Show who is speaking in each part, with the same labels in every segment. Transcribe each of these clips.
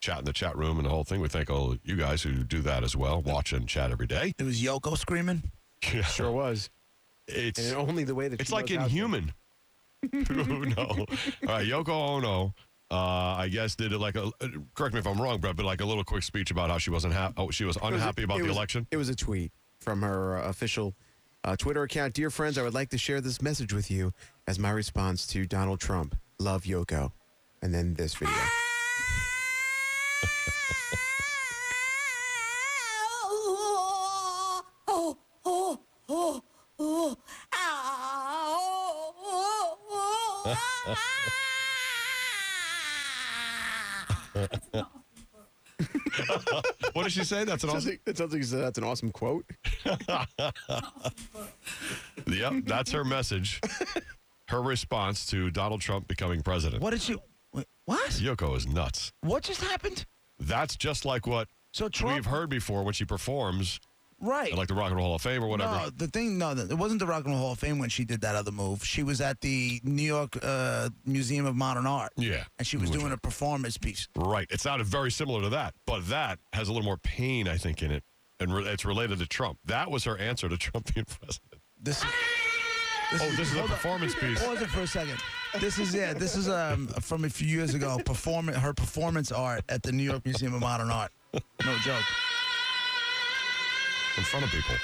Speaker 1: Chat in the chat room and the whole thing. We thank all you guys who do that as well. Watch and chat every day.
Speaker 2: It was Yoko screaming.
Speaker 1: Yeah.
Speaker 3: Sure was.
Speaker 1: It's
Speaker 3: And only the way that
Speaker 1: it's
Speaker 3: she
Speaker 1: like
Speaker 3: knows how to-
Speaker 1: inhuman. oh no! All right, Yoko Ono. Uh, I guess did it like a. uh, Correct me if I'm wrong, Brett, but like a little quick speech about how she wasn't happy. Oh, she was
Speaker 3: It was-
Speaker 1: unhappy about
Speaker 3: it
Speaker 1: the
Speaker 3: was-
Speaker 1: election.
Speaker 3: It was a tweet from her uh, official uh, Twitter account. Dear friends, I would like to share this message with you as my response to Donald Trump. Love Yoko. And then this video.
Speaker 1: What did she say? That's an
Speaker 3: Sounds
Speaker 1: awesome.
Speaker 3: like, that sounds like that's an awesome quote.
Speaker 1: Yep, that's her message. Her response to Donald Trump becoming president.
Speaker 2: What did you? wait, What?
Speaker 1: Yoko is nuts.
Speaker 2: What just happened?
Speaker 1: That's just like what
Speaker 2: So Trump-
Speaker 1: we've heard before when she performs
Speaker 2: Right.
Speaker 1: at like the Rock and Roll Hall of Fame or whatever.
Speaker 2: No, the thing, no, it wasn't the Rock and Roll Hall of Fame when she did that other move. She was at the New York uh, Museum of Modern Art.
Speaker 1: Yeah.
Speaker 2: And she was
Speaker 1: Which
Speaker 2: doing
Speaker 1: one?
Speaker 2: a performance piece.
Speaker 1: Right. It sounded very similar to that, but that has a little more pain, I think, in it. And re- it's related to Trump. That was her answer to Trump being president.
Speaker 2: This
Speaker 3: Ah!
Speaker 1: Oh, this is a performance piece.
Speaker 2: pause it for a second. This is yeah. This is um from a few years ago. Perform her performance art at the New York Museum of Modern Art. No joke.
Speaker 1: in front of people.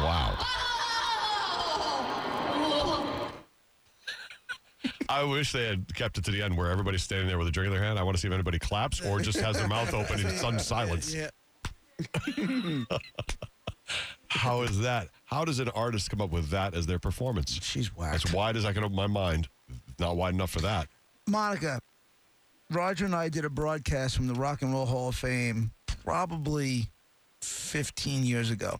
Speaker 1: Wow.
Speaker 4: Oh!
Speaker 1: I wish they had kept it to the end where everybody's standing there with a drink in their hand. I want to see if anybody claps or just has their mouth open in sudden silence.
Speaker 2: Yeah.
Speaker 1: How is that? How does an artist come up with that as their performance?
Speaker 2: She's whack.
Speaker 1: As wide as I can open my mind, not wide enough for that.
Speaker 2: Monica, Roger and I did a broadcast from the Rock and Roll Hall of Fame probably 15 years ago.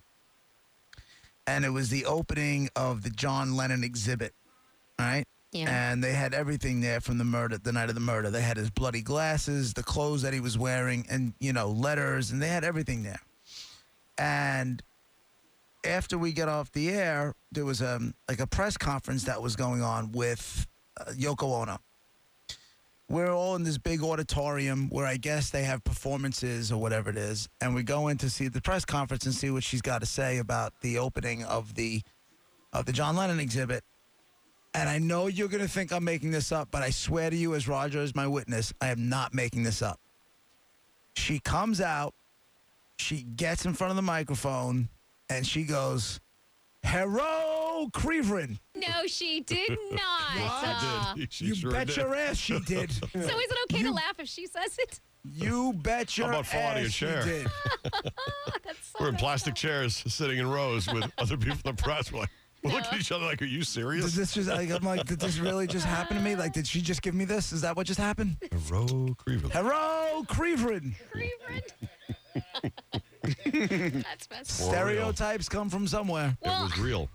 Speaker 2: And it was the opening of the John Lennon exhibit, all right?
Speaker 4: Yeah.
Speaker 2: And they had everything there from the murder, the night of the murder. They had his bloody glasses, the clothes that he was wearing, and, you know, letters, and they had everything there. And after we got off the air, there was um like a press conference that was going on with uh, Yoko Ono. We're all in this big auditorium where I guess they have performances or whatever it is, and we go in to see the press conference and see what she's got to say about the opening of the of the John Lennon exhibit. And I know you're going to think I'm making this up, but I swear to you, as Roger is my witness, I am not making this up. She comes out she gets in front of the microphone and she goes, Hero Creverin.
Speaker 4: No, she did not.
Speaker 1: I
Speaker 4: Uh,
Speaker 1: did. She
Speaker 2: You
Speaker 1: sure
Speaker 2: bet
Speaker 1: did.
Speaker 2: your ass she did.
Speaker 4: So is it okay to laugh if she says it?
Speaker 2: you bet your
Speaker 1: about
Speaker 2: ass
Speaker 1: fall out of your
Speaker 2: she
Speaker 1: chair?
Speaker 2: did.
Speaker 4: That's so
Speaker 1: We're in
Speaker 4: messed
Speaker 1: plastic
Speaker 4: up.
Speaker 1: chairs sitting in rows with other people in the press. We're like, we look at
Speaker 4: No.
Speaker 1: each other like, are you
Speaker 2: Does
Speaker 1: serious?
Speaker 2: this just, like, I'm like, did this really just happen to me? Like, did she just give me this? Is that what just happened?
Speaker 1: Hero Creevil.
Speaker 2: Hero Creverin.
Speaker 4: Creeping. That's messed up.
Speaker 1: real.
Speaker 2: Stereotypes come from somewhere.
Speaker 1: It
Speaker 4: Well,
Speaker 1: was real.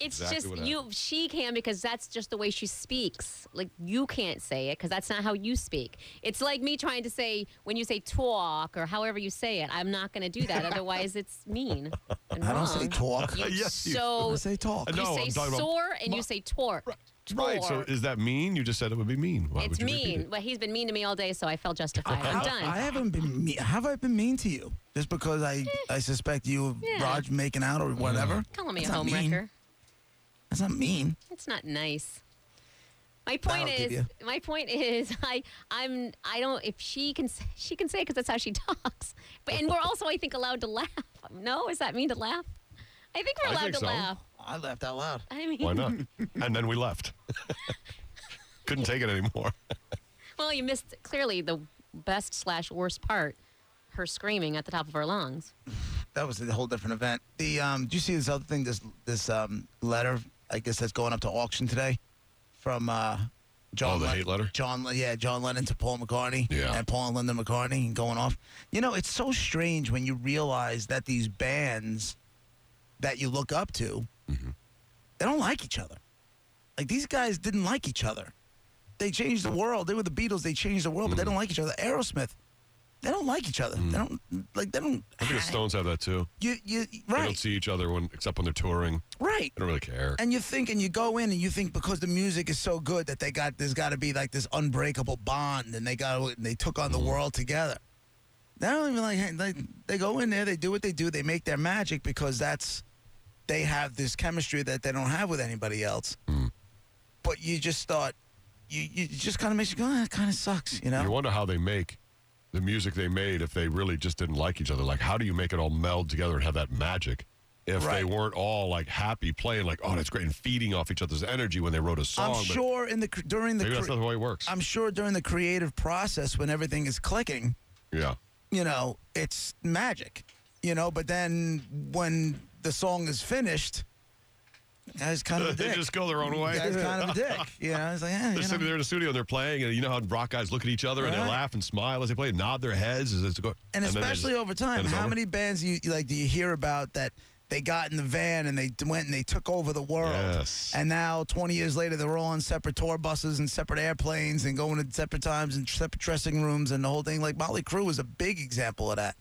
Speaker 4: it's
Speaker 1: exactly what
Speaker 4: just you. She can because that's just the way she speaks. Like you can't say it because that's not how you speak. It's like me trying to say when you say talk or however you say it. I'm not going to do that. Otherwise, it's mean. And
Speaker 2: I
Speaker 4: wrong.
Speaker 2: don't say talk.
Speaker 4: You
Speaker 1: Yes, you-
Speaker 4: so
Speaker 2: I say talk.
Speaker 1: I
Speaker 4: you
Speaker 1: No,
Speaker 4: say
Speaker 1: I'm talking about-
Speaker 4: sore and you say tor.
Speaker 1: Right. So
Speaker 4: tor.
Speaker 1: is that mean? You just said it would be mean. Why
Speaker 4: it's
Speaker 1: would you repeat
Speaker 4: mean.
Speaker 1: it?
Speaker 4: Well, he's been mean to me all day, so I felt justified. I'm
Speaker 2: How-
Speaker 4: done.
Speaker 2: I haven't been mean. Have I been mean to you? Just because I, I suspect you,
Speaker 4: Eh. Yeah.
Speaker 2: Raj, making out or whatever?
Speaker 4: Calling me
Speaker 2: That's
Speaker 4: a
Speaker 2: not mean.
Speaker 4: homewrecker.
Speaker 2: That's not mean.
Speaker 4: It's not nice. My point
Speaker 3: That'll give
Speaker 4: is, my point is, I, I'm, I don't. If she can, s- she can say because that's how she talks. But and we're also, I think, allowed to laugh. No, is that mean to laugh? I think we're
Speaker 1: I
Speaker 4: allowed
Speaker 1: think
Speaker 4: to
Speaker 1: so.
Speaker 4: laugh.
Speaker 2: I laughed out loud.
Speaker 4: I mean,
Speaker 1: Why not? and then we left. Couldn't take it anymore.
Speaker 4: well, you missed clearly the best slash worst part, her screaming at the top of her lungs.
Speaker 2: That was a whole different event. The um, do you see this other thing? This this um letter, I guess that's going up to auction today, from uh, John.
Speaker 1: Oh, the
Speaker 2: Len-
Speaker 1: hate letter?
Speaker 2: John, Le- yeah, John Lennon to Paul McCartney.
Speaker 1: Yeah.
Speaker 2: And Paul and Linda McCartney and going off. You know, it's so strange when you realize that these bands that you look up to,
Speaker 1: Mm-hmm.
Speaker 2: they don't like each other. Like these guys didn't like each other. They changed the world. They were the Beatles. They changed the world, but they
Speaker 1: Mm-hmm.
Speaker 2: don't like each other. Aerosmith. They don't like each other. They don't like. They don't.
Speaker 1: Mm. I think the Stones have that too.
Speaker 2: You, you,
Speaker 1: They
Speaker 2: right,
Speaker 1: don't see each other when except when they're touring.
Speaker 2: right.
Speaker 1: They don't really care.
Speaker 2: And you think, and you go in, and you think because the music is so good that they got there's got to be like this unbreakable bond, and they got and they took on the
Speaker 1: Mm-hmm.
Speaker 2: world together. They don't even like they, they go in there, they do what they do, they make their magic because that's they have this chemistry that they don't have with anybody else.
Speaker 1: Mm-hmm.
Speaker 2: But you just start, you you it just kind of makes you go, ah, it kind of sucks, you know?
Speaker 1: You wonder how they make the music they made if they really just didn't like each other. Like, how do you make it all meld together and have that magic if they
Speaker 2: Right.
Speaker 1: weren't all like happy playing, like, oh, that's great, and feeding off each other's energy when they wrote a song?
Speaker 2: I'm
Speaker 1: but
Speaker 2: sure in the cr- during the
Speaker 1: Maybe that's
Speaker 2: cre-
Speaker 1: not the way it works.
Speaker 2: I'm sure during the creative process when everything is clicking.
Speaker 1: yeah.
Speaker 2: you know, it's magic, you know. But then when the song is finished, I was kind of a
Speaker 1: they
Speaker 2: dick.
Speaker 1: just go their own way.
Speaker 2: I was kind of a dick, you know. I was like, eh,
Speaker 1: They're
Speaker 2: you
Speaker 1: sitting
Speaker 2: know.
Speaker 1: there in the studio and they're playing, and you know how rock guys look at each other and they
Speaker 2: Right.
Speaker 1: laugh and smile as they play, and nod their heads as it's going.
Speaker 2: and
Speaker 1: then they
Speaker 2: especially
Speaker 1: just-
Speaker 2: over time,
Speaker 1: then it's
Speaker 2: how
Speaker 1: over.
Speaker 2: many bands you like do you hear about that they got in the van and they d- went and they took over the world,
Speaker 1: Yes.
Speaker 2: and now 20 years later they're all on separate tour buses and separate airplanes and going to separate times and separate dressing rooms and the whole thing. Like Motley Crue was a big example of that.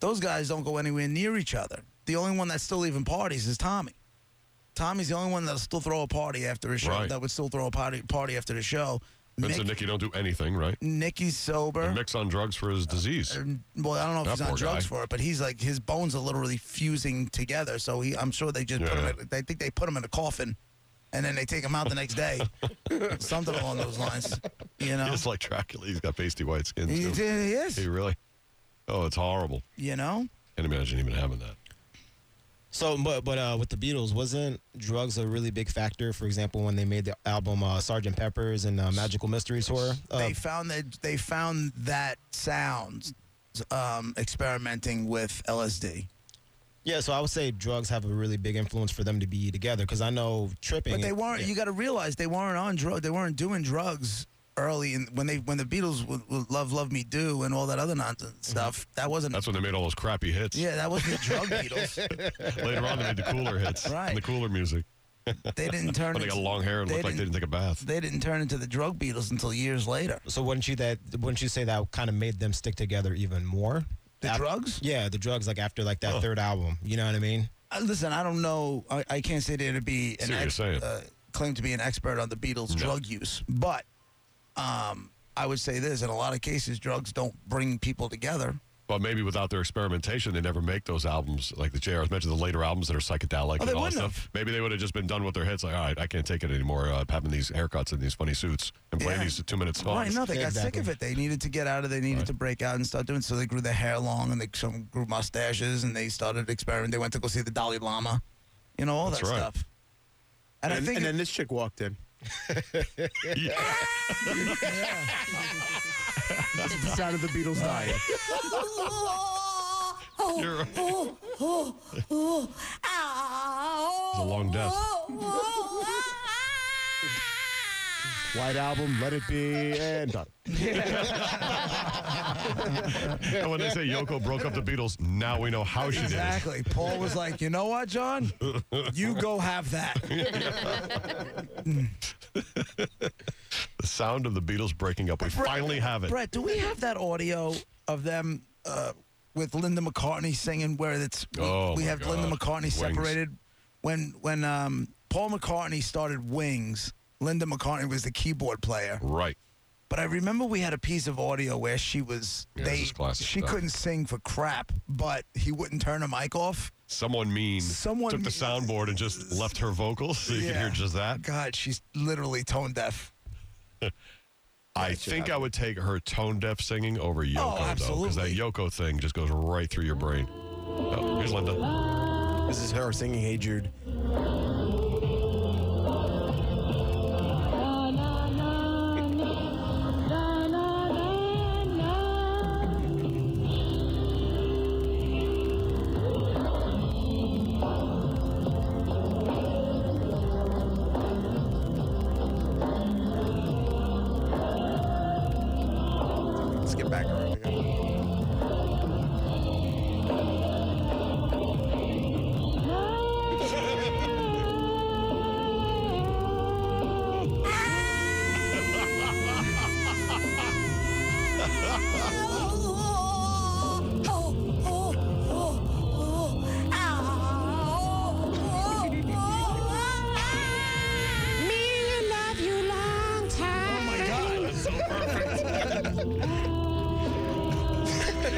Speaker 2: Those guys don't go anywhere near each other. The only one that's still even parties is Tommy. Tommy's the only one that'll still throw a party after a show.
Speaker 1: Right.
Speaker 2: That would still throw a party party after the show.
Speaker 1: Vince and
Speaker 2: Mick-
Speaker 1: Nikki don't do anything, right?
Speaker 2: Nicky's sober
Speaker 1: And Mick's on drugs for
Speaker 2: Uh,
Speaker 1: his disease.
Speaker 2: well, I don't know if
Speaker 1: That
Speaker 2: he's on
Speaker 1: poor
Speaker 2: drugs
Speaker 1: guy.
Speaker 2: for it, but he's like his bones are literally fusing together. So he, I'm sure they just put
Speaker 1: Yeah.
Speaker 2: him. In, they think they put him in a coffin, and then they take him out the next day. Something along those lines, you know.
Speaker 1: He's like Dracula. He's got pasty white skin.
Speaker 2: He,
Speaker 1: Too.
Speaker 2: he
Speaker 1: He
Speaker 2: is,
Speaker 1: really? Oh, it's horrible.
Speaker 2: you know.
Speaker 1: Can't imagine even having that.
Speaker 5: So, but but uh, with the Beatles, wasn't drugs a really big factor? For example, when they made the album uh, Sgt. Pepper's and uh, Magical Mystery Tour. Uh,
Speaker 2: they found that they found that sound um, experimenting with LSD,
Speaker 5: yeah, so I would say drugs have a really big influence for them to be together because I know tripping.
Speaker 2: but they weren't. You got to realize they weren't on drug. They weren't doing drugs early. And when they when the Beatles w- w- love Love Me Do and all that other nonsense stuff, that wasn't.
Speaker 1: Mm-hmm. That's when they made all those crappy hits.
Speaker 2: yeah, that wasn't the drug Beatles.
Speaker 1: Later on, they made the cooler hits.
Speaker 2: Right.
Speaker 1: And the cooler music.
Speaker 2: They didn't turn.
Speaker 1: When they
Speaker 2: into,
Speaker 1: got long hair and
Speaker 2: they
Speaker 1: looked like they
Speaker 2: didn't-
Speaker 1: didn't take a bath.
Speaker 2: they didn't turn into the drug Beatles until years later.
Speaker 5: So wouldn't you that wouldn't you say that kind of made them stick together even more?
Speaker 2: The
Speaker 5: Af-
Speaker 2: drugs?
Speaker 5: Yeah, the drugs like after like that third album. You know what I mean?
Speaker 2: Uh, listen, I don't know. I, I can't say there to be an
Speaker 1: See what you're saying.
Speaker 2: uh, claim to be an expert on the Beatles' drug use, but um, I would say this: in a lot of cases, drugs don't bring people together.
Speaker 1: But maybe without their experimentation, they never make those albums like the JRs mentioned, the later albums that are psychedelic
Speaker 2: Oh, they
Speaker 1: and all
Speaker 2: wouldn't
Speaker 1: that stuff.
Speaker 2: have.
Speaker 1: Maybe they would have just been done with their hits. Like, all right, I can't take it anymore. Uh, having these haircuts and these funny suits and playing
Speaker 2: Yeah.
Speaker 1: these two minute songs.
Speaker 2: Right? No, they got
Speaker 5: Exactly.
Speaker 2: sick of it. They needed to get out of. They needed
Speaker 1: Right.
Speaker 2: to break out and start doing. So they grew their hair long, and they some grew mustaches, and they started experimenting. They went to go see the Dalai Lama, you know all
Speaker 1: That's
Speaker 2: that
Speaker 1: right.
Speaker 2: stuff. And, I
Speaker 3: And,
Speaker 2: think it-
Speaker 3: and then this chick walked in.
Speaker 1: Yeah.
Speaker 3: That's the sound of the Beatles dying.
Speaker 1: You're right. It's a long death.
Speaker 3: White album, let it be, and done.
Speaker 1: And when they say Yoko broke up the Beatles, now we know how Oh, she did it.
Speaker 2: Exactly. Paul was like, you know what, John? You go have that.
Speaker 1: The sound of the Beatles breaking up. We finally have it.
Speaker 2: Brett, do we have that audio of them uh, with Linda McCartney singing where it's we,
Speaker 1: Oh,
Speaker 2: we
Speaker 1: my
Speaker 2: have
Speaker 1: God.
Speaker 2: Linda McCartney
Speaker 1: Wings.
Speaker 2: separated when when um, Paul McCartney started Wings, Linda McCartney was the keyboard player.
Speaker 1: Right.
Speaker 2: But I remember we had a piece of audio where she was
Speaker 1: Yeah, this
Speaker 2: they
Speaker 1: is classic
Speaker 2: she
Speaker 1: stuff.
Speaker 2: couldn't sing for crap, but he wouldn't turn her mic off.
Speaker 1: Someone mean
Speaker 2: Someone
Speaker 1: took the
Speaker 2: mean-
Speaker 1: soundboard and just left her vocals so you could
Speaker 2: Yeah.
Speaker 1: hear just that.
Speaker 2: God, she's literally tone deaf.
Speaker 1: I think I would take her tone deaf singing over Yoko, though, because that
Speaker 2: Oh, absolutely.
Speaker 1: Yoko thing just goes right through your brain. Oh, here's Linda.
Speaker 3: This is her singing Hey Jude. Let's get back around here.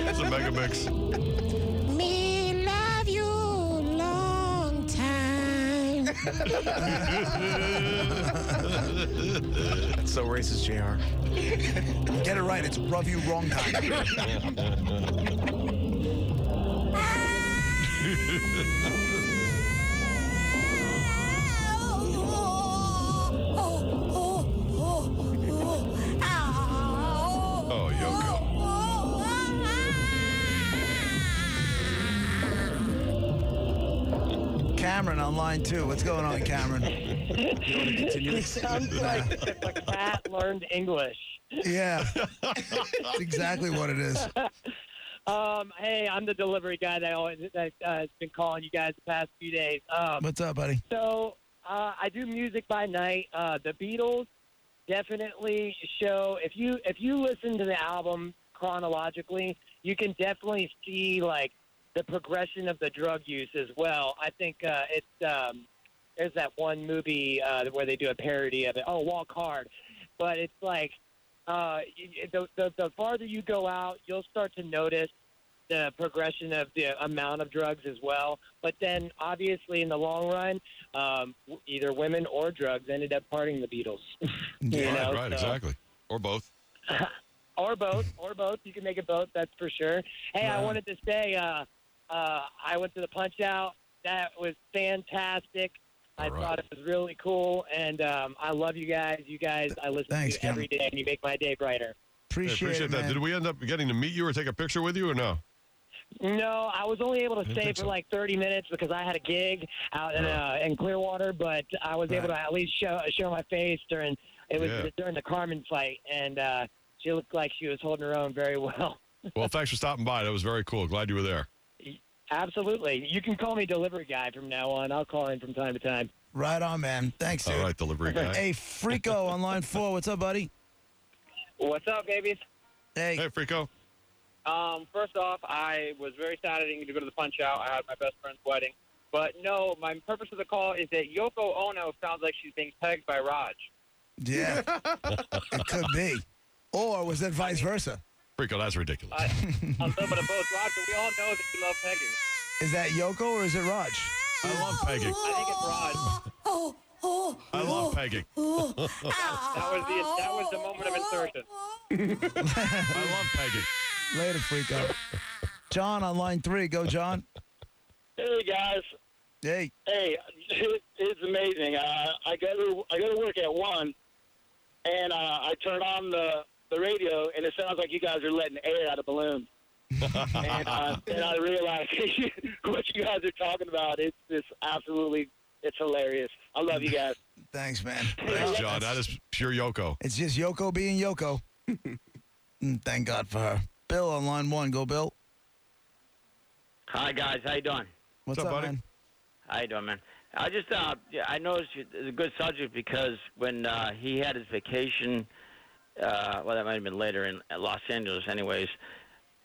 Speaker 1: It's a mega mix.
Speaker 3: That's so racist, JR.
Speaker 2: Get it right. It's rub you wrong time.
Speaker 1: Oh, Yoko.
Speaker 2: Cameron on line two. What's going on, Cameron?
Speaker 6: Sounds like if a cat learned English.
Speaker 2: Yeah. That's exactly what it is.
Speaker 6: Um, hey, I'm the delivery guy that always that uh, has been calling you guys the past few days. Um,
Speaker 2: What's up, buddy?
Speaker 6: So uh, I do music by night. Uh, the Beatles definitely show if you if you listen to the album chronologically, you can definitely see like the progression of the drug use as well. I think uh, it's um, there's that one movie uh, where they do a parody of it. Oh, Walk Hard, but it's like uh, y- the, the the farther you go out, you'll start to notice the progression of the amount of drugs as well. But then, obviously, in the long run, um, w- either women or drugs ended up parting the Beatles. you know,
Speaker 1: right, right,
Speaker 6: so-
Speaker 1: exactly. Or both.
Speaker 6: Or both, or both. You can make it both. That's for sure. Hey, I
Speaker 2: Right.
Speaker 6: wanted to say, uh, uh, I went to the Punch Out. That was fantastic. I
Speaker 1: All right.
Speaker 6: thought it was really cool, and um, I love you guys. You guys, I listen
Speaker 2: Thanks,
Speaker 6: to you every day, and you make my day brighter.
Speaker 1: I
Speaker 2: Appreciate,
Speaker 1: appreciate
Speaker 2: it,
Speaker 1: that.
Speaker 2: man.
Speaker 1: Did we end up getting to meet you or take a picture with you or no?
Speaker 6: No, I was only able to
Speaker 1: Didn't
Speaker 6: stay
Speaker 1: think
Speaker 6: for
Speaker 1: so.
Speaker 6: like 30 minutes because I had a gig out in, uh, in Clearwater, but I was able to at least show show my face during it was
Speaker 1: Yeah.
Speaker 6: during the Carmen fight, and uh, she looked like she was holding her own very well.
Speaker 1: Well, thanks for stopping by. That was very cool. Glad you were there.
Speaker 6: Absolutely, you can call me delivery guy from now on. I'll call in from time to time.
Speaker 2: Right on, man. Thanks, dude.
Speaker 1: All right, delivery guy.
Speaker 2: Hey, Frico on line four. What's up, buddy?
Speaker 6: What's up, babies?
Speaker 2: Hey,
Speaker 1: Hey, Frico.
Speaker 7: Um, first off, I was very sad I didn't get to go to the punch out. I had my best friend's wedding. But no, my purpose of the call is that Yoko Ono sounds like she's being pegged by Raj.
Speaker 2: yeah, it could be, or was that vice versa?
Speaker 1: Frico, that's ridiculous.
Speaker 7: I, a little bit of both. Raj, but we all know that you love pegging.
Speaker 2: Is that Yoko or is it Raj?
Speaker 1: I love pegging.
Speaker 7: I think it's Raj.
Speaker 1: I love pegging.
Speaker 7: That was the that was the moment of insertion.
Speaker 1: I love pegging.
Speaker 2: Later, Frico. John on line three. Go, John.
Speaker 7: Hey guys,
Speaker 2: Hey,
Speaker 7: hey, it's amazing. Uh, I go to I go to work at one, and uh, I turn on the the radio, and it sounds like you guys are letting air out of balloons. and, uh, and I realize what you guys are talking about. It's it's absolutely it's hilarious. I love you guys.
Speaker 2: thanks, man.
Speaker 1: Thanks, John. That is pure Yoko.
Speaker 2: It's just Yoko being Yoko. Mm, Thank God for her. Bill on line one. Go, Bill.
Speaker 7: Hi guys, how you doing?
Speaker 2: What's,
Speaker 1: up,
Speaker 2: up,
Speaker 1: buddy?
Speaker 2: man?
Speaker 7: How you doing, man? I just uh, yeah, I noticed you- it's a good subject because when uh, he had his vacation, uh, well, that might have been later in at Los Angeles, anyways.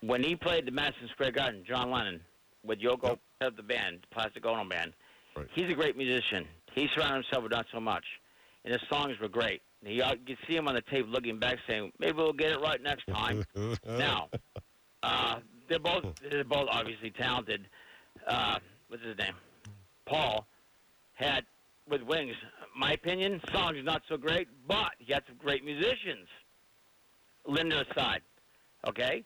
Speaker 7: When he played the Madison Square Garden, John Lennon with Yoko set up the band, Plastic Ono Band.
Speaker 1: Right.
Speaker 7: He's a great musician. He surrounded himself with not so much, and his songs were great. He, uh, you could see him on the tape looking back, saying, "Maybe we'll get it right next time." now, uh, they're both they're both obviously talented. Uh, what's his name? Paul had with Wings my opinion, songs not so great, but he had some great musicians. Linda aside, okay,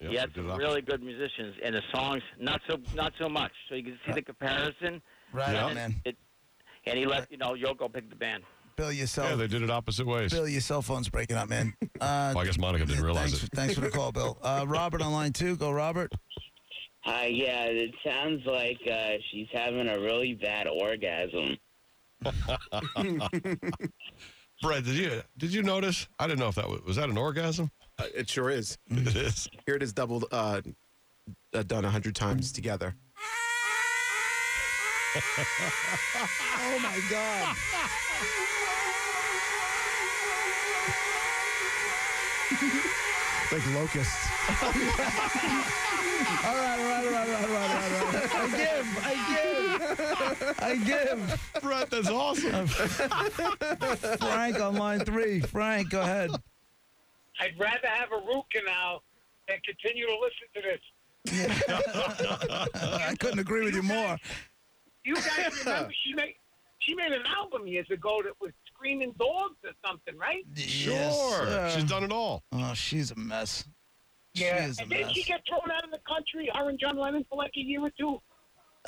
Speaker 1: Yeah,
Speaker 7: he had
Speaker 1: good
Speaker 7: some
Speaker 1: luck.
Speaker 7: really good musicians, and the songs not so not so much. So you can see the comparison,
Speaker 2: Right
Speaker 1: Yeah.
Speaker 2: on, man.
Speaker 7: it, and he let you know Yoko pick the band.
Speaker 2: Bill
Speaker 1: Yeah,
Speaker 2: yourself.
Speaker 1: they did it opposite ways.
Speaker 2: Bill, your cell phone's breaking up, man. Uh,
Speaker 1: Well, I guess Monica didn't realize
Speaker 2: thanks,
Speaker 1: it.
Speaker 2: thanks for the call, Bill. Uh, Robert on line two. Go, Robert.
Speaker 8: Hi, Uh, yeah, it sounds like uh, she's having a really bad orgasm.
Speaker 1: Brett, did you did you notice? I didn't know if that was, was that an orgasm.
Speaker 3: Uh, it sure is.
Speaker 2: Mm.
Speaker 1: It is.
Speaker 3: Here it is doubled, uh, uh, done a hundred times together.
Speaker 2: Oh my God.
Speaker 3: It's like locusts.
Speaker 2: All right, all right, all right, all right, all right, all right. I give, I give, I give.
Speaker 1: Brett, that's awesome.
Speaker 2: Frank on line three. Frank, go ahead.
Speaker 9: I'd rather have a root canal than continue to listen to this.
Speaker 2: Uh, I couldn't agree with you more.
Speaker 9: You guys remember she made she made an album years ago that was screaming dogs or something, right?
Speaker 1: Sure,
Speaker 2: Yes, uh,
Speaker 1: she's
Speaker 2: sir.
Speaker 1: done it all.
Speaker 2: Oh, she's a mess. She is a
Speaker 9: And did
Speaker 2: mess.
Speaker 9: she get thrown out of the country? Her and John Lennon for like a year or two.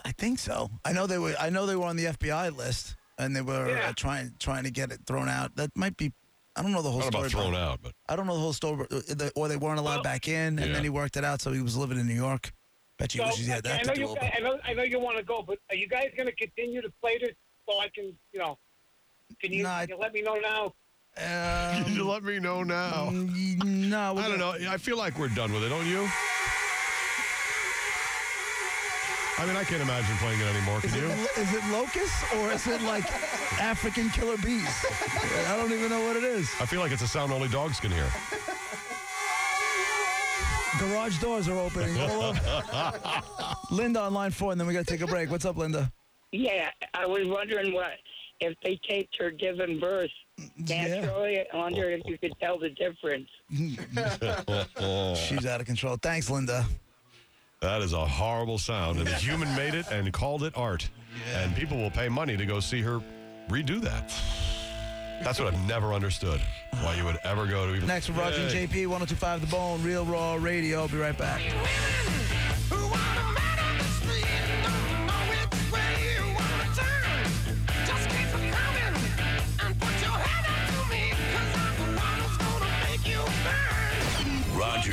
Speaker 2: I think so. I know they were. I know they were on the FBI list, and they were
Speaker 9: Yeah.
Speaker 2: uh, trying trying to get it thrown out. That might be. I don't know the whole
Speaker 1: I don't know
Speaker 2: story.
Speaker 1: about thrown
Speaker 2: but-
Speaker 1: out, but
Speaker 2: I don't know the whole story, uh, the- or they weren't allowed
Speaker 9: Well-
Speaker 2: back in, and
Speaker 1: Yeah.
Speaker 2: then he worked it out, so he was living in New York. Bet you wishes he had
Speaker 9: I
Speaker 2: that
Speaker 9: know
Speaker 2: to do
Speaker 9: you.
Speaker 2: over.
Speaker 9: guys- I know. I know you want to go, but are you guys going to continue to play this so I can, you know, can you,
Speaker 2: No, I-
Speaker 9: can you let me know now?
Speaker 1: Can you
Speaker 2: Um,
Speaker 1: let me know now.
Speaker 2: mm, no, we're
Speaker 1: I don't
Speaker 2: gonna-
Speaker 1: know. I feel like we're done with it, don't you? I mean, I can't imagine playing it anymore. Can you?
Speaker 2: Is it locusts or is it like African killer bees? I don't even know what it is.
Speaker 1: I feel like it's a sound only dogs can hear.
Speaker 2: Garage doors are opening. all over. Linda on line four, and then we got to take a break. What's up, Linda?
Speaker 8: Yeah, I was wondering what if they taped her giving birth naturally. I wonder if you could tell the difference.
Speaker 2: She's out of control. Thanks, Linda.
Speaker 1: That is a horrible sound. And the human made it and called it art. And people will pay money to go see her redo that. That's what I've never understood. Why you would ever go to even.
Speaker 2: Next, we're Roger and
Speaker 1: Yay.
Speaker 2: JP, 1025 The Bone, Real Raw Radio. I'll be right back.
Speaker 10: Roger